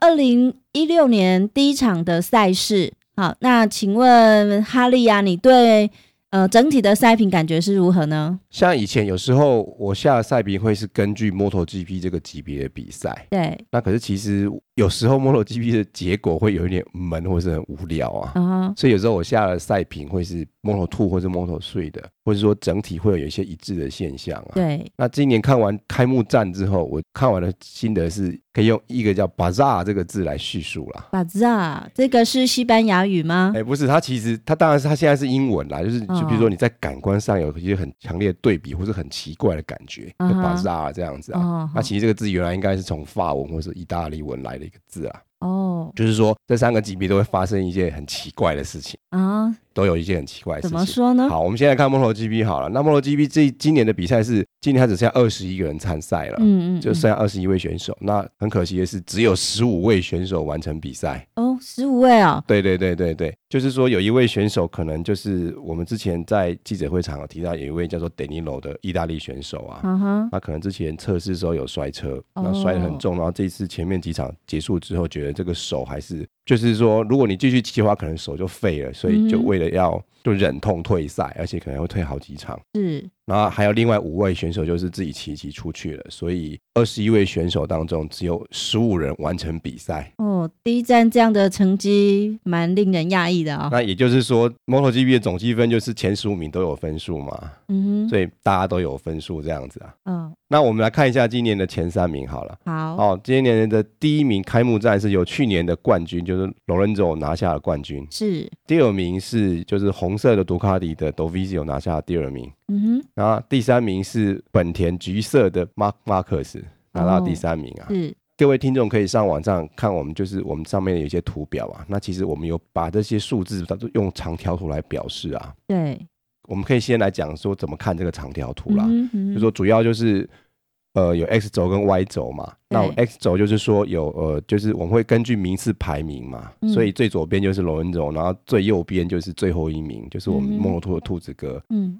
二零一六年第一场的赛事，好，那请问哈利啊，你对呃整体的赛评感觉是如何呢？像以前有时候我下的赛评会是根据 MotoGP 这个级别的比赛，对，那可是其实有时候 MotoGP 的结果会有一点闷或是很无聊啊，然后所以有时候我下的赛评会是 Moto Two 或是 Moto Three 的，或者说整体会有一些一致的现象啊。对，那今年看完开幕战之后，我看完的心得是可以用一个叫 “bazaar” 这个字来叙述啦。巴扎，这个是西班牙语吗哎、？不是，它其实它当然是它现在是英文啦，就是哦就比如说你在感官上有一些很强烈的对比，或是很奇怪的感觉，就嗯哼 “bazaar” 这样子啊。哦那其实这个字原来应该是从法文或是意大利文来的一个字啊，哦就是说这三个级别都会发生一些很奇怪的事情，啊，都有一些很奇怪的事怎情。么说呢？哎好，我们现在看 MotoGP 好了。那 MotoGP 这今年的比赛是今年它只剩下二十一个人参赛了，嗯嗯，就嗯剩下二十一位选手。那很可惜的是，只有十五位选手完成比赛。哦，十五位哦，对对对对对，就是说有一位选手可能就是我们之前在记者会场有提到，有一位叫做 Danilo 的意大利选手啊。嗯哼，他可能之前测试的时候有摔车，哦那摔得很重，然后这一次前面几场结束之后，觉得这个手还是，就是说，如果你继续骑的话，可能手就废了，所以就嗯为了要就忍痛退赛，而且可能会退好几场。是然后还有另外五位选手就是自己骑一骑出去了，所以二十一位选手当中只有十五人完成比赛。哦，第一站这样的成绩蛮令人讶异的哦。那也就是说，MotoGP 的总积分就是前十五名都有分数嘛，嗯哼，所以大家都有分数这样子啊。嗯，那我们来看一下今年的前三名好了。好，哦，今年的第一名开幕战是由去年的冠军，就是 Lorenzo 拿下了冠军。是，第二名是就是红色的杜卡迪的 Dovizio 拿下了第二名。嗯然后第三名是本田橘色的 Mark Marcus 拿到第三名啊。哼，是，各位听众可以上网上看我们就是我们上面有一些图表啊，那其实我们有把这些数字它都用长条图来表示啊。对，我们可以先来讲说怎么看这个长条图啦，嗯哼嗯就哼说主要就是。呃，有 X 轴跟 Y 轴嘛？对那 X 轴就是说有呃，就是我们会根据名次排名嘛，嗯所以最左边就是罗恩轴，然后最右边就是最后一名，就是我们嗯哼摩托兔的兔子哥。嗯，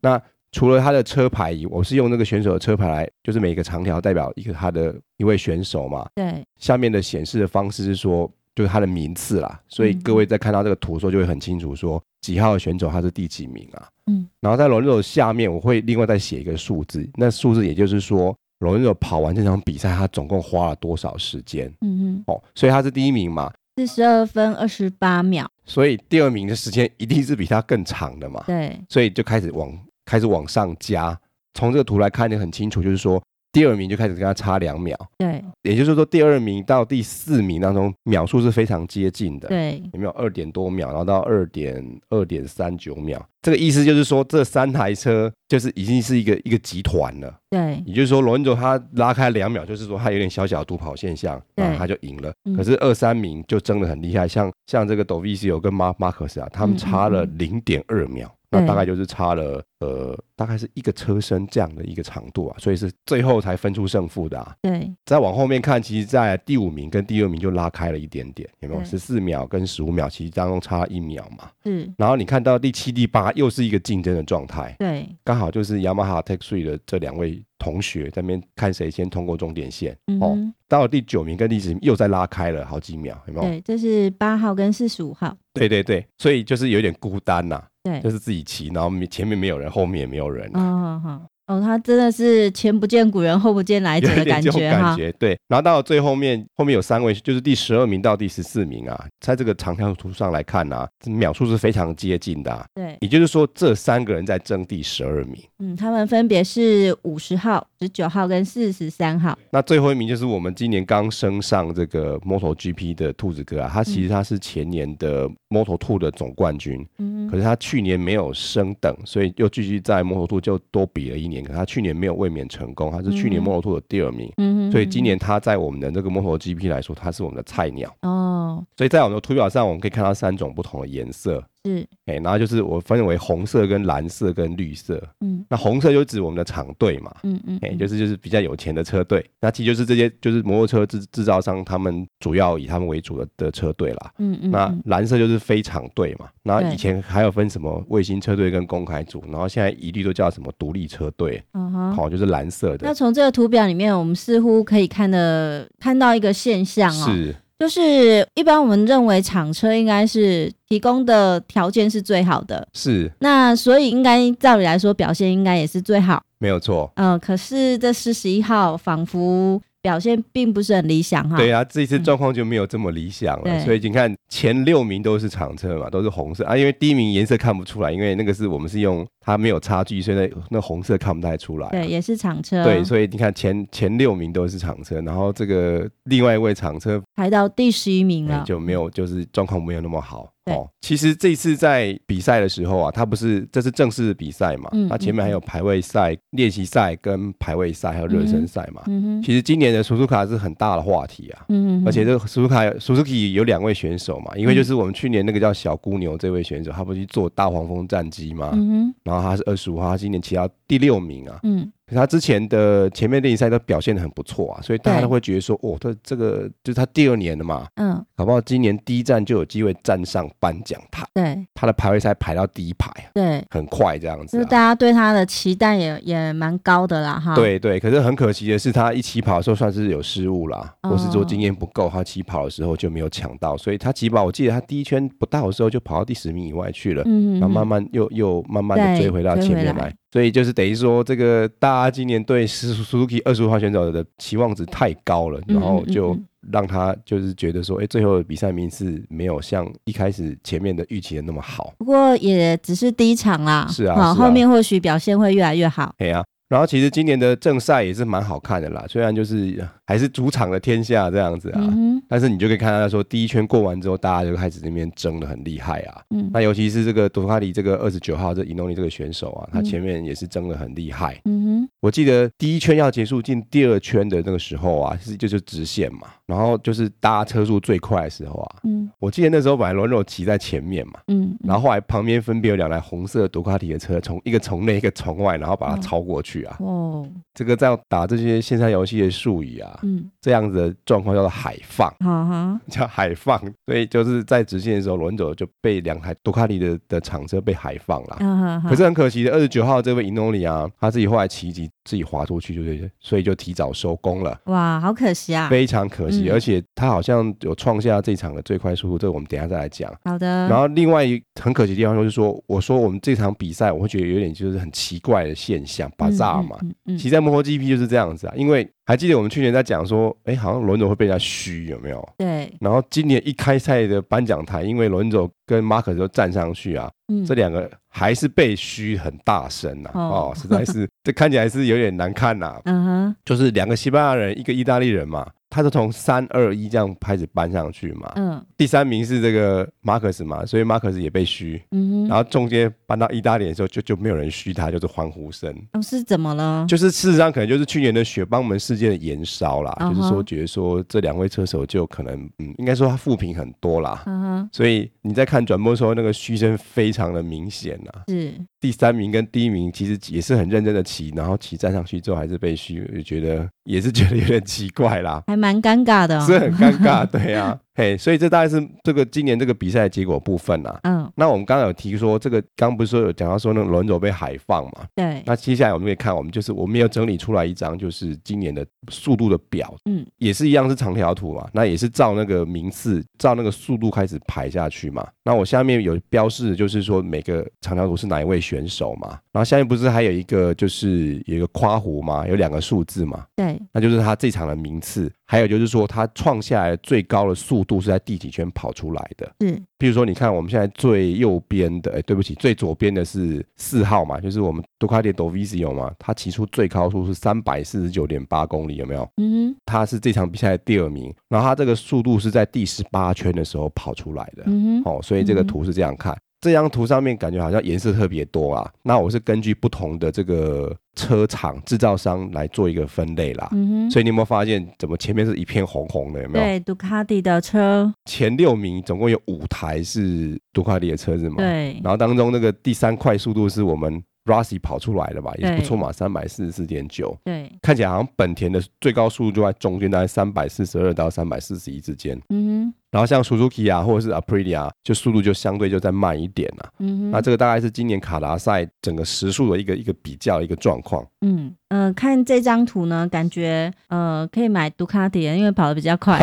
除了他的车牌以，我是用那个选手的车牌来，就是每个长条代表一个他的一位选手嘛。对，下面的显示的方式是说，就是他的名次啦，所以嗯各位在看到这个图的时候就会很清楚说几号的选手他是第几名啊。嗯，然后在龙肉下面我会另外再写一个数字，那数字也就是说龙肉跑完这场比赛他总共花了多少时间嗯哼，哦，所以他是第一名嘛，四十二分二十八秒，所以第二名的时间一定是比他更长的嘛。对，所以就开始往开始往上加。从这个图来看得很清楚，就是说第二名就开始跟他差两秒，对，也就是说第二名到第四名当中秒数是非常接近的。对，有没有二点多秒，然后到二点二点三九秒？这个意思就是说，这三台车就是已经是一个一个集团了。对，也就是说，罗恩佐他拉开两秒，就是说他有点小小的独跑现象，对然后他就赢了。嗯可是二三名就争得很厉害，像像这个 Dovizio 跟马马克斯啊，他们差了嗯嗯零点二秒。对那大概就是差了呃，大概是一个车身这样的一个长度啊，所以是最后才分出胜负的啊。对，再往后面看，其实，在第五名跟第二名就拉开了一点点，有没有？对十四秒跟十五秒，其实当中差一秒嘛。是，然后你看到第七、第八又是一个竞争的状态，对，刚好就是 Yamaha Tech Three 的这两位同学在那边看谁先通过终点线。嗯哦哼，到了第九名跟第十名又再拉开了好几秒，有没有？对，这是八号跟四十五号，对对对，所以就是有点孤单呐、对就，是自己骑，然后没前面没有人，后面也没有人、啊哦，好好，哦，他真的是前不见古人后不见来者有一的点这种哎觉感哈，觉，对。然后到了最后面，后面有三位，就是第十二名到第十四名啊，在这个长条图上来看啊，这秒数是非常接近的、啊。对，也就是说，这三个人在争第十二名。嗯，他们分别是五十号、十九号跟四十三号，那最后一名就是我们今年刚升上这个 MotoGP 的兔子哥啊，他其实他是前年的 Moto Two 的总冠军，嗯可哼，是他去年没有升等，所以又继续在 Moto Two 就多比了一年。可他去年没有卫冕成功，他是去年嗯 Moto Two 的第二名，嗯哼，所以今年他在我们的这个 MotoGP 来说，他是我们的菜鸟。哦，所以在我们的图表上，我们可以看到三种不同的颜色，是，哎，然后就是我分为红色、跟蓝色、跟绿色。嗯那红色就指我们的厂队嘛，嗯嗯，哎、嗯就是就是比较有钱的车队，那其实就是这些就是摩托车制制造商，他们主要以他们为主的的车队啦。嗯嗯，那嗯蓝色就是非常队嘛，那对以前还有分什么卫星车队跟公开组，然后现在一律都叫什么独立车队，嗯哼。好、就是蓝色那的，从这个图表里面，我们似乎可以看的看到一个现象哦，是，就是一般我们认为厂车应该是提供的条件是最好的，是那所以应该照理来说表现应该也是最好。没有错。嗯、可是这四十一号仿佛表现并不是很理想哈。对啊，这一次状况就没有这么理想了，嗯对所以你看前六名都是厂车嘛，都是红色啊，因为第一名颜色看不出来，因为那个是我们是用它没有差距，所以那那红色看不太出来。对，嗯也是厂车，对，所以你看前前六名都是厂车，然后这个另外一位厂车排到第十一名哎了。就没有，就是状况没有那么好。嗯哦对，其实这一次在比赛的时候啊，他不是这是正式的比赛嘛，嗯他前面还有排位赛、练习赛、跟排位赛还有热身赛嘛。嗯哼，其实今年的 Suzuka 是很大的话题啊，嗯哼，嗯而且这个 Suzuka Suzuki 有两位选手嘛，因为就是我们去年那个叫小姑牛这位选手，他不是去做大黄蜂战机嘛，嗯哼，然后他是二十五号，他今年骑到第六名啊。嗯，可是他之前的前面练习赛都表现的很不错啊，所以大家对都会觉得说，哦，他这个就是他第二年了嘛，嗯，搞不好今年第一站就有机会站上颁奖台，对他的排位赛排到第一排，对，很快这样就子、是大啊。家对他的期待也也蛮高的啦哈。，对对，可是很可惜的是，他一起跑的时候算是有失误啦，哦或是说经验不够，他起跑的时候就没有抢到，所以他起跑，我记得他第一圈不到的时候就跑到第十名以外去了，嗯哼，然后慢慢又又慢慢的对追回到追前回面来来，所以就是等于说，这个大家今年对 Suzuki 二十五号选手的期望值太高了，嗯然后嗯嗯就嗯让他就是觉得说，哎，最后的比赛名次没有像一开始前面的预期的那么好，不过也只是第一场啦，是啊好是啊后面或许表现会越来越好。哎呀、然后其实今年的正赛也是蛮好看的啦，虽然就是还是主场的天下这样子啊，嗯但是你就可以看到说，第一圈过完之后，大家就开始那边争的很厉害啊，哼，嗯那尤其是这个杜卡迪这个二十九号这伊诺尼这个选手啊，他嗯前面也是争的很厉害。嗯我记得第一圈要结束进第二圈的那个时候啊，是就是直线嘛，然后就是搭车速最快的时候啊哼，。嗯我记得那时候本来罗肉骑在前面嘛，嗯，然后后来旁边分别有两台红色的杜卡迪的车，从一个从内一个从外，然后把它嗯超过去啊。哦，这个在打这些线上游戏的术语啊，嗯，这样子的状况叫做海放。 好哈，叫海放，所以就是在直线的时候，轮轴就被两台杜卡迪的的厂车被海放了。啊哈哈，可是很可惜的，二十九号这位 Inoli 啊，他自己后来骑一骑自己滑出去，就是所以就提早收工了，哇，好可惜啊。非常可惜。嗯而且他好像有创下这场的最快速度，这个我们等一下再来讲。好的，然后另外一很可惜的地方就是说，我说我们这场比赛，我会觉得有点就是很奇怪的现象，巴扎嘛。嗯，嗯嗯骑在摩托 GP 就是这样子啊，因为还记得我们去年在讲说，哎，好像轮轴会被人家虚，有没有？对，然后今年一开赛的颁奖台，因为轮轴跟马可都站上去啊，嗯这两个还是被嘘很大声呐、啊，哦哦实 在是这看起来是有点难看呐、嗯哼，就是两个西班牙人，一个意大利人嘛，他是从三二一这样开始搬上去嘛。嗯第三名是这个马克思嘛，所以马克思也被嘘。嗯然哼，后中间搬到意大利的时候，就就没有人嘘他，就是欢呼声。哦是怎么了？就是事实上，可能就是去年的雪邦门事件的延烧啦嗯哼就是说觉得说这两位车手就可能，嗯，应该说他负评很多啦。嗯哼，所以你在看转播的时候，那个嘘声非常的明显呐、是，第三名跟第一名其实也是很认真的骑，然后骑站上去之后还是被虚，我就觉得也是觉得有点奇怪啦，还蛮尴尬的哦。是很尴尬，对啊， 嘿，所以这大概是这个今年这个比赛的结果部分啦。嗯，那我们刚刚有提说，这个刚不是说有讲到说那个轮轴被海放嘛？对，那接下来我们可以看，我们就是我们也有整理出来一张，就是今年的速度的表，嗯，也是一样是长条图嘛，那也是照那个名次，照那个速度开始排下去嘛。那我下面有标示，就是说每个长条图是哪一位选手嘛。然后下面不是还有一个就是有一个夸弧嘛，有两个数字嘛，对，那就是他这场的名次，还有就是说他创下来的最高的速度是在第几圈跑出来的。是，比如说，你看我们现在最右边的，哎，对不起，最左边的是四号嘛，就是我们多卡迪多 Vizio 嘛，他骑出最高速是三百四十九点八公里，有没有？嗯他是这场比赛的第二名，然后他这个速度是在第十八圈的时候跑出来的哼，，嗯哼，哦，所以这个图是这样看。这张图上面感觉好像颜色特别多啊，那我是根据不同的这个车厂制造商来做一个分类啦。嗯哼，所以你有没有发现，怎么前面是一片红红的？有没有？对，杜卡迪的车，前六名总共有五台是杜卡迪的车子嘛？对，然后当中那个第三快速度是我们 Rossi 跑出来的吧，也是对不错嘛，三百四十四点九，对，看起来好像本田的最高速度就在中间，大概三百四十二到三百四十一之间。嗯哼，然后像 Suzuki 啊，或者是 Aprilia，就速度就相对就再慢一点啊。嗯那哼，这个大概是今年卡达赛整个时速的一个一个比较的一个状况。嗯嗯、呃看这张图呢，感觉呃可以买杜卡迪，因为跑得比较 快。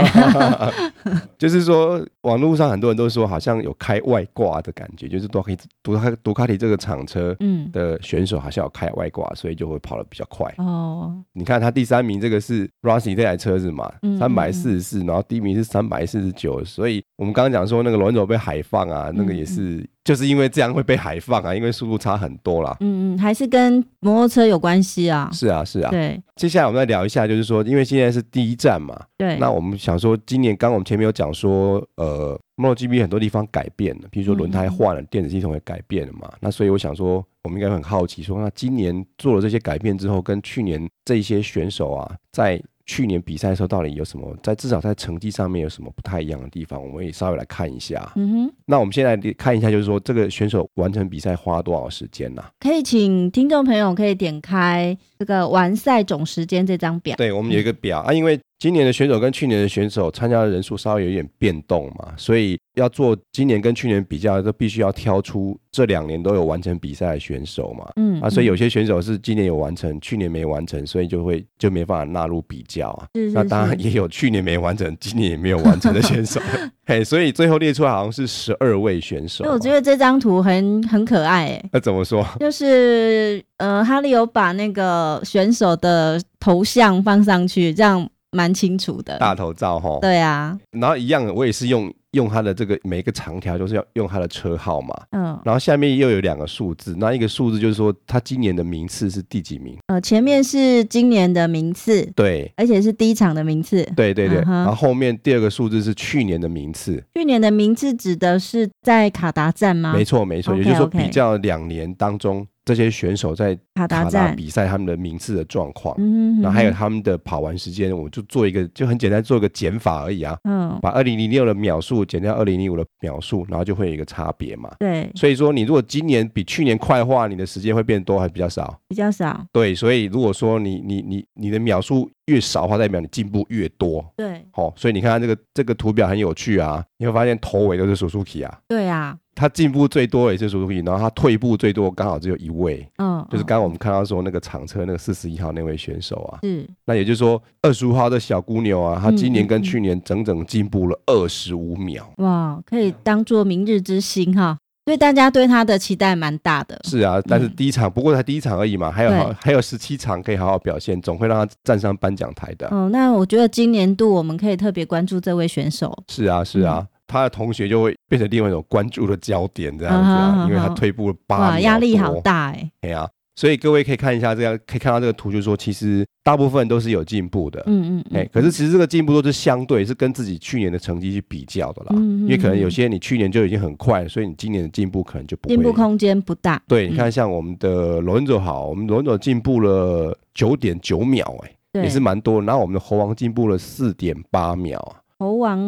就是说，网络上很多人都说好像有开外挂的感觉，就是多可以读卡读卡迪这个厂车嗯，的选手好像有开外挂，所以就会跑得比较快。哦，你看他第三名这个是 Rossi 这台车子嘛嗯，三百四十四，然后第一名是三百四十九，所以我们刚刚讲说那个轮轴被海放嗯啊，那个也是就是因为这样会被海放啊，因为速度差很多啦。嗯嗯，还是跟摩托车有关系啊。是啊，是啊。对接下来我们再聊一下，就是说，因为现在是第一站嘛，对，那我们想说，今年刚刚我们前面有讲说，呃，MotoGP 很多地方改变了，比如说轮胎换了，电子系统也改变了嘛。那所以我想说，我们应该很好奇说那今年做了这些改变之后，跟去年这些选手啊，在去年比赛的时候到底有什么，在至少在成绩上面有什么不太一样的地方，我们也稍微来看一下。嗯哼，那我们先来看一下，就是说这个选手完成比赛花多少时间啊呐、可以请听众朋友可以点开这个完赛总时间这张表。对，我们有一个表啊，因为今年的选手跟去年的选手参加的人数稍微有一点变动嘛，所以要做今年跟去年比较，都必须要挑出这两年都有完成比赛的选手嘛。嗯啊，所以有嗯些选手是今年有完成，去年没完成，所以就会就没办法纳入比较啊。是是那当然是也有去年没完成，今年也没有完成的 选手，嘿，所以最后列出来好像是十二位选所手嘛。以我觉得这张图很很可爱、 欸，那怎么说？就是呃，哈利有把那个选手的头像放上去，这样蛮清楚的。大头照哈，对啊，然后一样，我也是用用他的这个每一个长条，就是要用他的车号嘛。嗯然后下面又有两个数字，那一个数字就是说他今年的名次是第几名？呃，前面是今年的名次，对，而且是第一场的名次。对对对。嗯哼然后后面第二个数字是去年的名次，去年的名次指的是在卡达站吗？没错没错， OK，也就是说 OK 比较两年当中这些选手在卡达卡达站。比赛他们的名次的状况，嗯，然后还有他们的跑完时间，我就做一个就很简单做一个减法而已啊，嗯，把二零零六的秒数减掉二零零五的秒数，然后就会有一个差别嘛。对，所以说你如果今年比去年快的话，你的时间会变多还是比较少？比较少。对，所以如果说你你你你的秒数越少的话，代表你进步越多。对哦，所以你看看这个这个图表很有趣啊，你会发现头尾都是 Suzuki 啊，对啊，他进步最多也是 Suzuki，然后他退步最多刚好只有一位，嗯，就是嗯刚刚我们看到说那个厂车那个四十一号那位选手啊，是那也就是说二十五号的小姑牛啊，她今年嗯嗯跟嗯去年整整进步了二十五秒。哇，可以当做明日之星哈，所以大家对他的期待蛮大的。是啊，但是嗯第一场、不过才第一场而已嘛，还有好对还有十七场可以好好表现，总会让他站上颁奖台的。啊哦，那我觉得今年度我们可以特别关注这位选手。是啊，是啊，嗯他的同学就会变成另外一种关注的焦点，这样子啊啊，哈因为啊哈他退步了八哇，秒，压力好，大哎、哎呀、所以各位可以看一下这样，可以看到这个图，就是说其实大部分都是有进步的，嗯嗯嗯，哎、可是其实这个进步都是相对，是跟自己去年的成绩去比较的啦，嗯嗯嗯嗯因为可能有些你去年就已经很快，所以你今年的进步可能就不进步会。空间不大。对，你看嗯像我们的罗恩佐好，我们罗恩佐进步了九点九秒、哎，对，也是蛮多的。然后我们的猴王进步了四点八秒啊，猴王，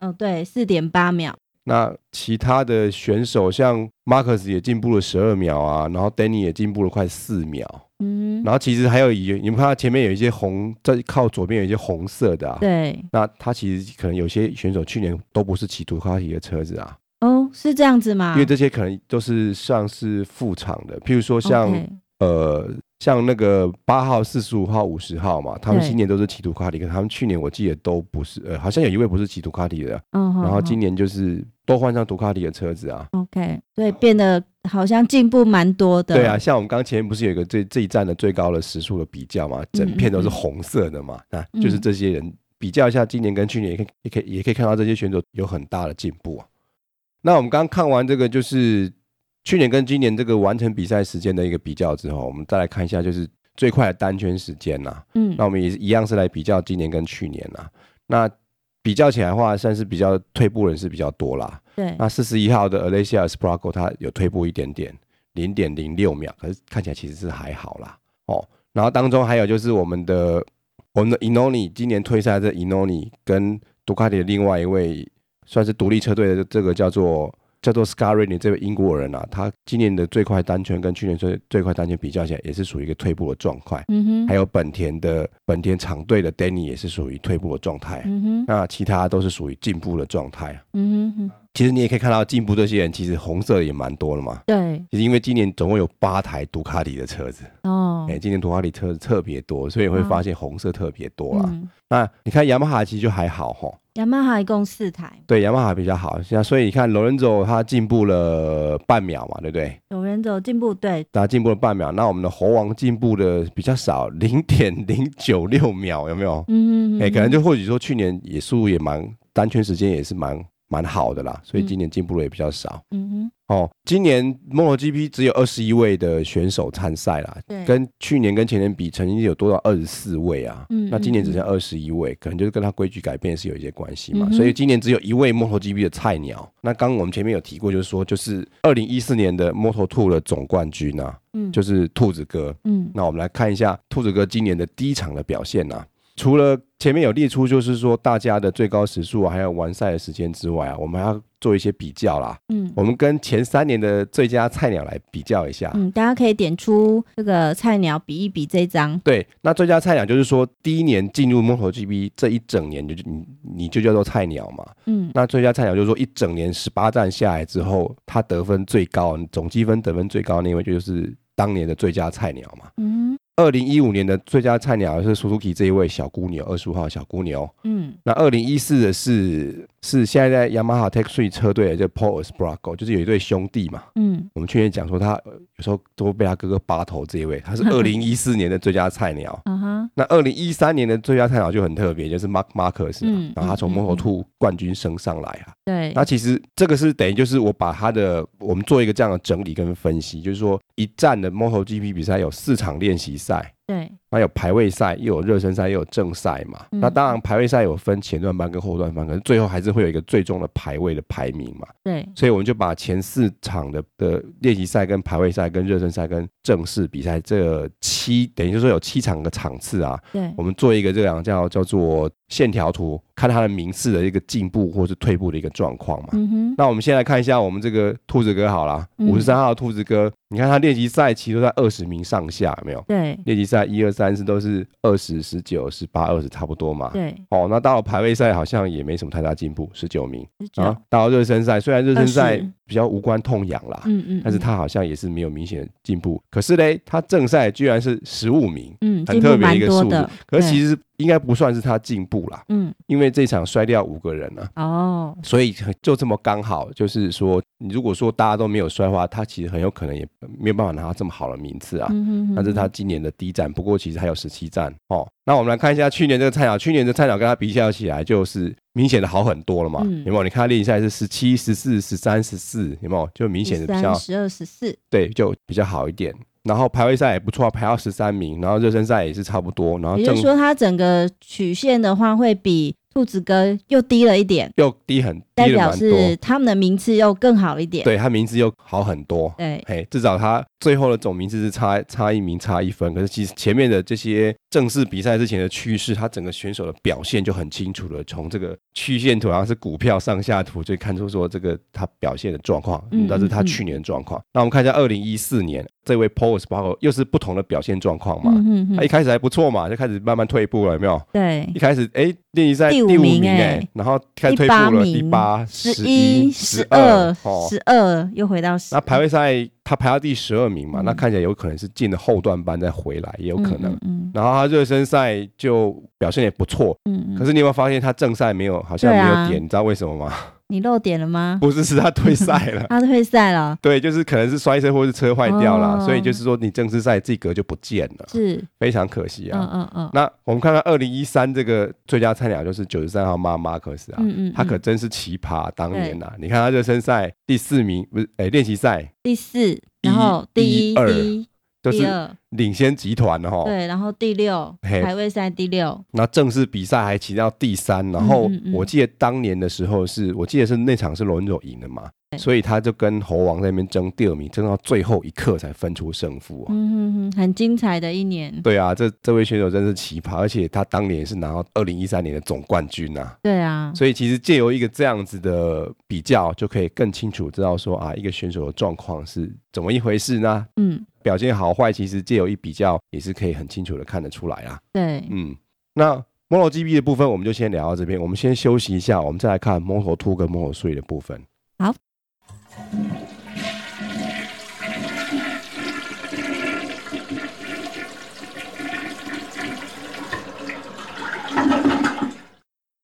哦对，四点八秒，那其他的选手像 Marcus 也进步了十二秒啊，然后 Danny 也进步了快四秒，嗯，然后其实还有一，你们看到前面有一些红，在靠左边有一些红色的啊。对，那他其实可能有些选手去年都不是骑杜卡迪的车子啊，哦是这样子吗？因为这些可能都是像是副厂的，譬如说像 OK 呃像那个八号、四十五号、五十号嘛，他们对今年都是骑杜卡迪，可他们去年我记得都不是，呃，好像有一位不是骑杜卡迪的，嗯，然后今年年就是都换上杜卡迪的车子啊。 OK，所以变得好像进步蛮多的。对啊，，像我们刚前面不是有一个这这一站的最高的时速的比较嘛，整片都是嗯嗯红色的嘛，啊，嗯就是这些人比较一下今年跟去年，也可以也可以也可以看到这些选手有很大的进步啊。那我们刚刚看完这个就是去年跟今年这个完成比赛时间的一个比较之后，我们再来看一下就是最快的单圈时间呐、嗯那我们也是一样是来比较今年跟去年呐、啊那比较起来的话，算是比较退步人是比较多啦。对，那四十一号的 Alessia Sprago 它有退步一点点，零点零六秒，可是看起来其实是还好啦。哦，然后当中还有就是我们的我们的 Inoni 今年退赛的 Inoni 跟杜卡迪的另外一位算是独立车队的这个叫做叫做 Scarini 这位英国人啊，他今年的最快单圈跟去年最最快单圈比较起来，也是属于一个退步的状态。嗯还哼，有本田的本田厂队的 Danny 也是属于退步的状态，嗯哼，那其他都是属于进步的状态。啊嗯哼，嗯其实你也可以看到进步这些人，其实红色的也蛮多的嘛。对，其实因为今年总共有八台杜卡迪的车子，哦哎、，今年杜卡迪车子特别多，所以会发现红色特别多啦。嗯，那你看雅马哈其实就还好吼，雅马哈一共四台，对雅马哈比较好。像所以你看罗伦佐他进步了半秒嘛，对不对？有人走进步，对，他进步了半秒，那我们的猴王进步的比较少，零点零九六秒，有没有？嗯哼，嗯哎、哼可能就或许说去年也速度也蛮单圈时间也是蛮蛮好的啦，所以嗯今年进步的也比较少。嗯哼，哦，今年 MotoGP 只有二十一位的选手参赛啦，对，跟去年跟前年比，曾经有多到二十四位啊。嗯那今年只剩嗯下二十一位，可能就是跟它规矩改变是有一些关系嘛嗯，哼所以今年只有一位 MotoGP 的菜鸟。那刚刚我们前面有提过，就是说，就是二零一四年的 Moto Two 的总冠军啊，嗯就是兔子哥。嗯那我们来看一下兔子哥今年的第一场的表现呐、除了前面有列出，就是说大家的最高时速啊，还有完赛的时间之外啊，我们还要做一些比较啦。嗯我们跟前三年的最佳菜鸟来比较一下。嗯，大家可以点出这个菜鸟比一比这一张，对，那最佳菜鸟就是说，第一年进入 MotoGP 这一整年就你你就叫做菜鸟嘛。嗯那最佳菜鸟就是说，一整年十八站下来之后，他得分最高，总积分得分最高的那位就是当年的最佳菜鸟嘛。嗯二零一五年的最佳菜鸟是 Suzuki 这一位小姑牛，二十五号小姑牛。嗯那二零一四的是是现在在 Yamaha Tech Three 车队的叫 Paul Espargaro，就是有一对兄弟嘛。嗯我们去年讲说他呃有时候都被他哥哥拔头这一位， 他是二零一四年的最佳菜鸟。啊哈，那二零一三年的最佳菜鸟就很特别，就是 Mark Marcus，、啊嗯然后他从嗯嗯 Moto Two 冠军升上来啊。对，那其实这个是等于就是我把他的我们做一个这样的整理跟分析，就是说一站的 MotoGP 比赛有四场练习赛，对，那有排位赛，又有热身赛，又有正赛嘛。嗯那当然排位赛有分前段班跟后段班，可是最后还是会有一个最终的排位的排名嘛。对，所以我们就把前四场的的练习赛、跟排位赛、跟热身赛、跟正式比赛这七，等于就是说有七场的场次啊，对我，们做一个这样叫叫做线条图，看它的名次的一个进步或是退步的一个状况嘛。嗯哼，那我们先来看一下我们这个兔子哥好啦，嗯五十三号的兔子哥，你看他练习赛其实都在二十名上下，有没有？对练习赛一二三四都是二十、十九、十八、二十差不多嘛。对，哦，那到了排位赛好像也没什么太大进步，十九名十九，啊。到了热身赛，虽然热身赛20比较无关痛痒啦，嗯嗯，但是嗯他好像也是没有明显的进步。可是嘞，他正赛居然是十五名，嗯很进特步别的蛮一个多数字的，可是对其实应该不算是他进步啦，嗯因为这场摔掉五个人啊。哦，所以就这么刚好，就是说，你如果说大家都没有摔的话，他其实很有可能也没有办法拿到这么好的名次啊。嗯哼哼，那这是他今年的第一站，不过其实还有十七站哦。那我们来看一下去年这个菜鸟，去年的菜鸟跟他比较起来，就是明显的好很多了嘛，嗯有没有？你看他练习赛是十七、十四、十三、十四，有没有？就明显的比较十二十四，对，就比较好一点。然后排位赛也不错，啊排到十三名，然后热身赛也是差不多，然后也就啊正是说它整个曲线的话会比兔子哥又低了一点，又低很代低了表蛮多是，他们的名次又更好一点，对他名次又好很多。对，嘿，至少他最后的总名次是差差一名差一分，可是其实前面的这些正式比赛之前的趋势，他整个选手的表现就很清楚了。从这个曲线图，然啊后是股票上下图，就看出说这个他表现的状况，嗯那、是他嗯嗯去年的状况。那我们看一下二零一四年这位 Paul s p a r o 又是不同的表现状况嘛。嗯哼他一哼，开始还不错嘛，就开始慢慢退步了，有没有？对一，开始哎，练习赛第第五五名名哎、哎然后开始第退八步了，名第八、十一、十二二、、哦十二又回到十，那排位赛他排到第十二名嘛，嗯那看起来有可能是进了后段班再回来，也有可能。嗯嗯然后他热身赛就表现也不错，嗯嗯，可是你有没有发现他正赛没有，好像对没啊有点，你知道为什么吗？ 你漏点了吗？。不是，是他退赛了 他退赛了，对，就是可能是摔车或是车坏掉了，哦所以就是说你正式赛这格就不见了，是，非常可惜嗯啊。嗯嗯，那我们看看二零一三这个最佳菜鸟就是九十三号马马克斯啊，嗯嗯，他可嗯真是奇葩，当年呐、啊，你看他热身赛第四名，不是，哎，练习赛第四，然后一第一一二第一就第是二，领先集团哦了哈。对，然后第六嘿排位赛第六，那正式比赛还骑到第三，然后嗯嗯嗯我记得当年的时候是，我记得是那场是罗恩佐赢了嘛，对所以他就跟猴王在那边争第二名，争到最后一刻才分出胜负啊。嗯哼哼，很精彩的一年。对啊，这这位选手真是奇葩，而且他当年也是拿到二零一三年的总冠军啊。对啊，所以其实借由一个这样子的比较，就可以更清楚知道说啊，一个选手的状况是怎么一回事呢？嗯，表现好坏，其实借由一比较，也是可以很清楚的看得出来啊。对，嗯，那 Moto GP 的部分我们就先聊到这边，我们先休息一下，我们再来看 Moto Two 跟 Moto Three 的部分。好。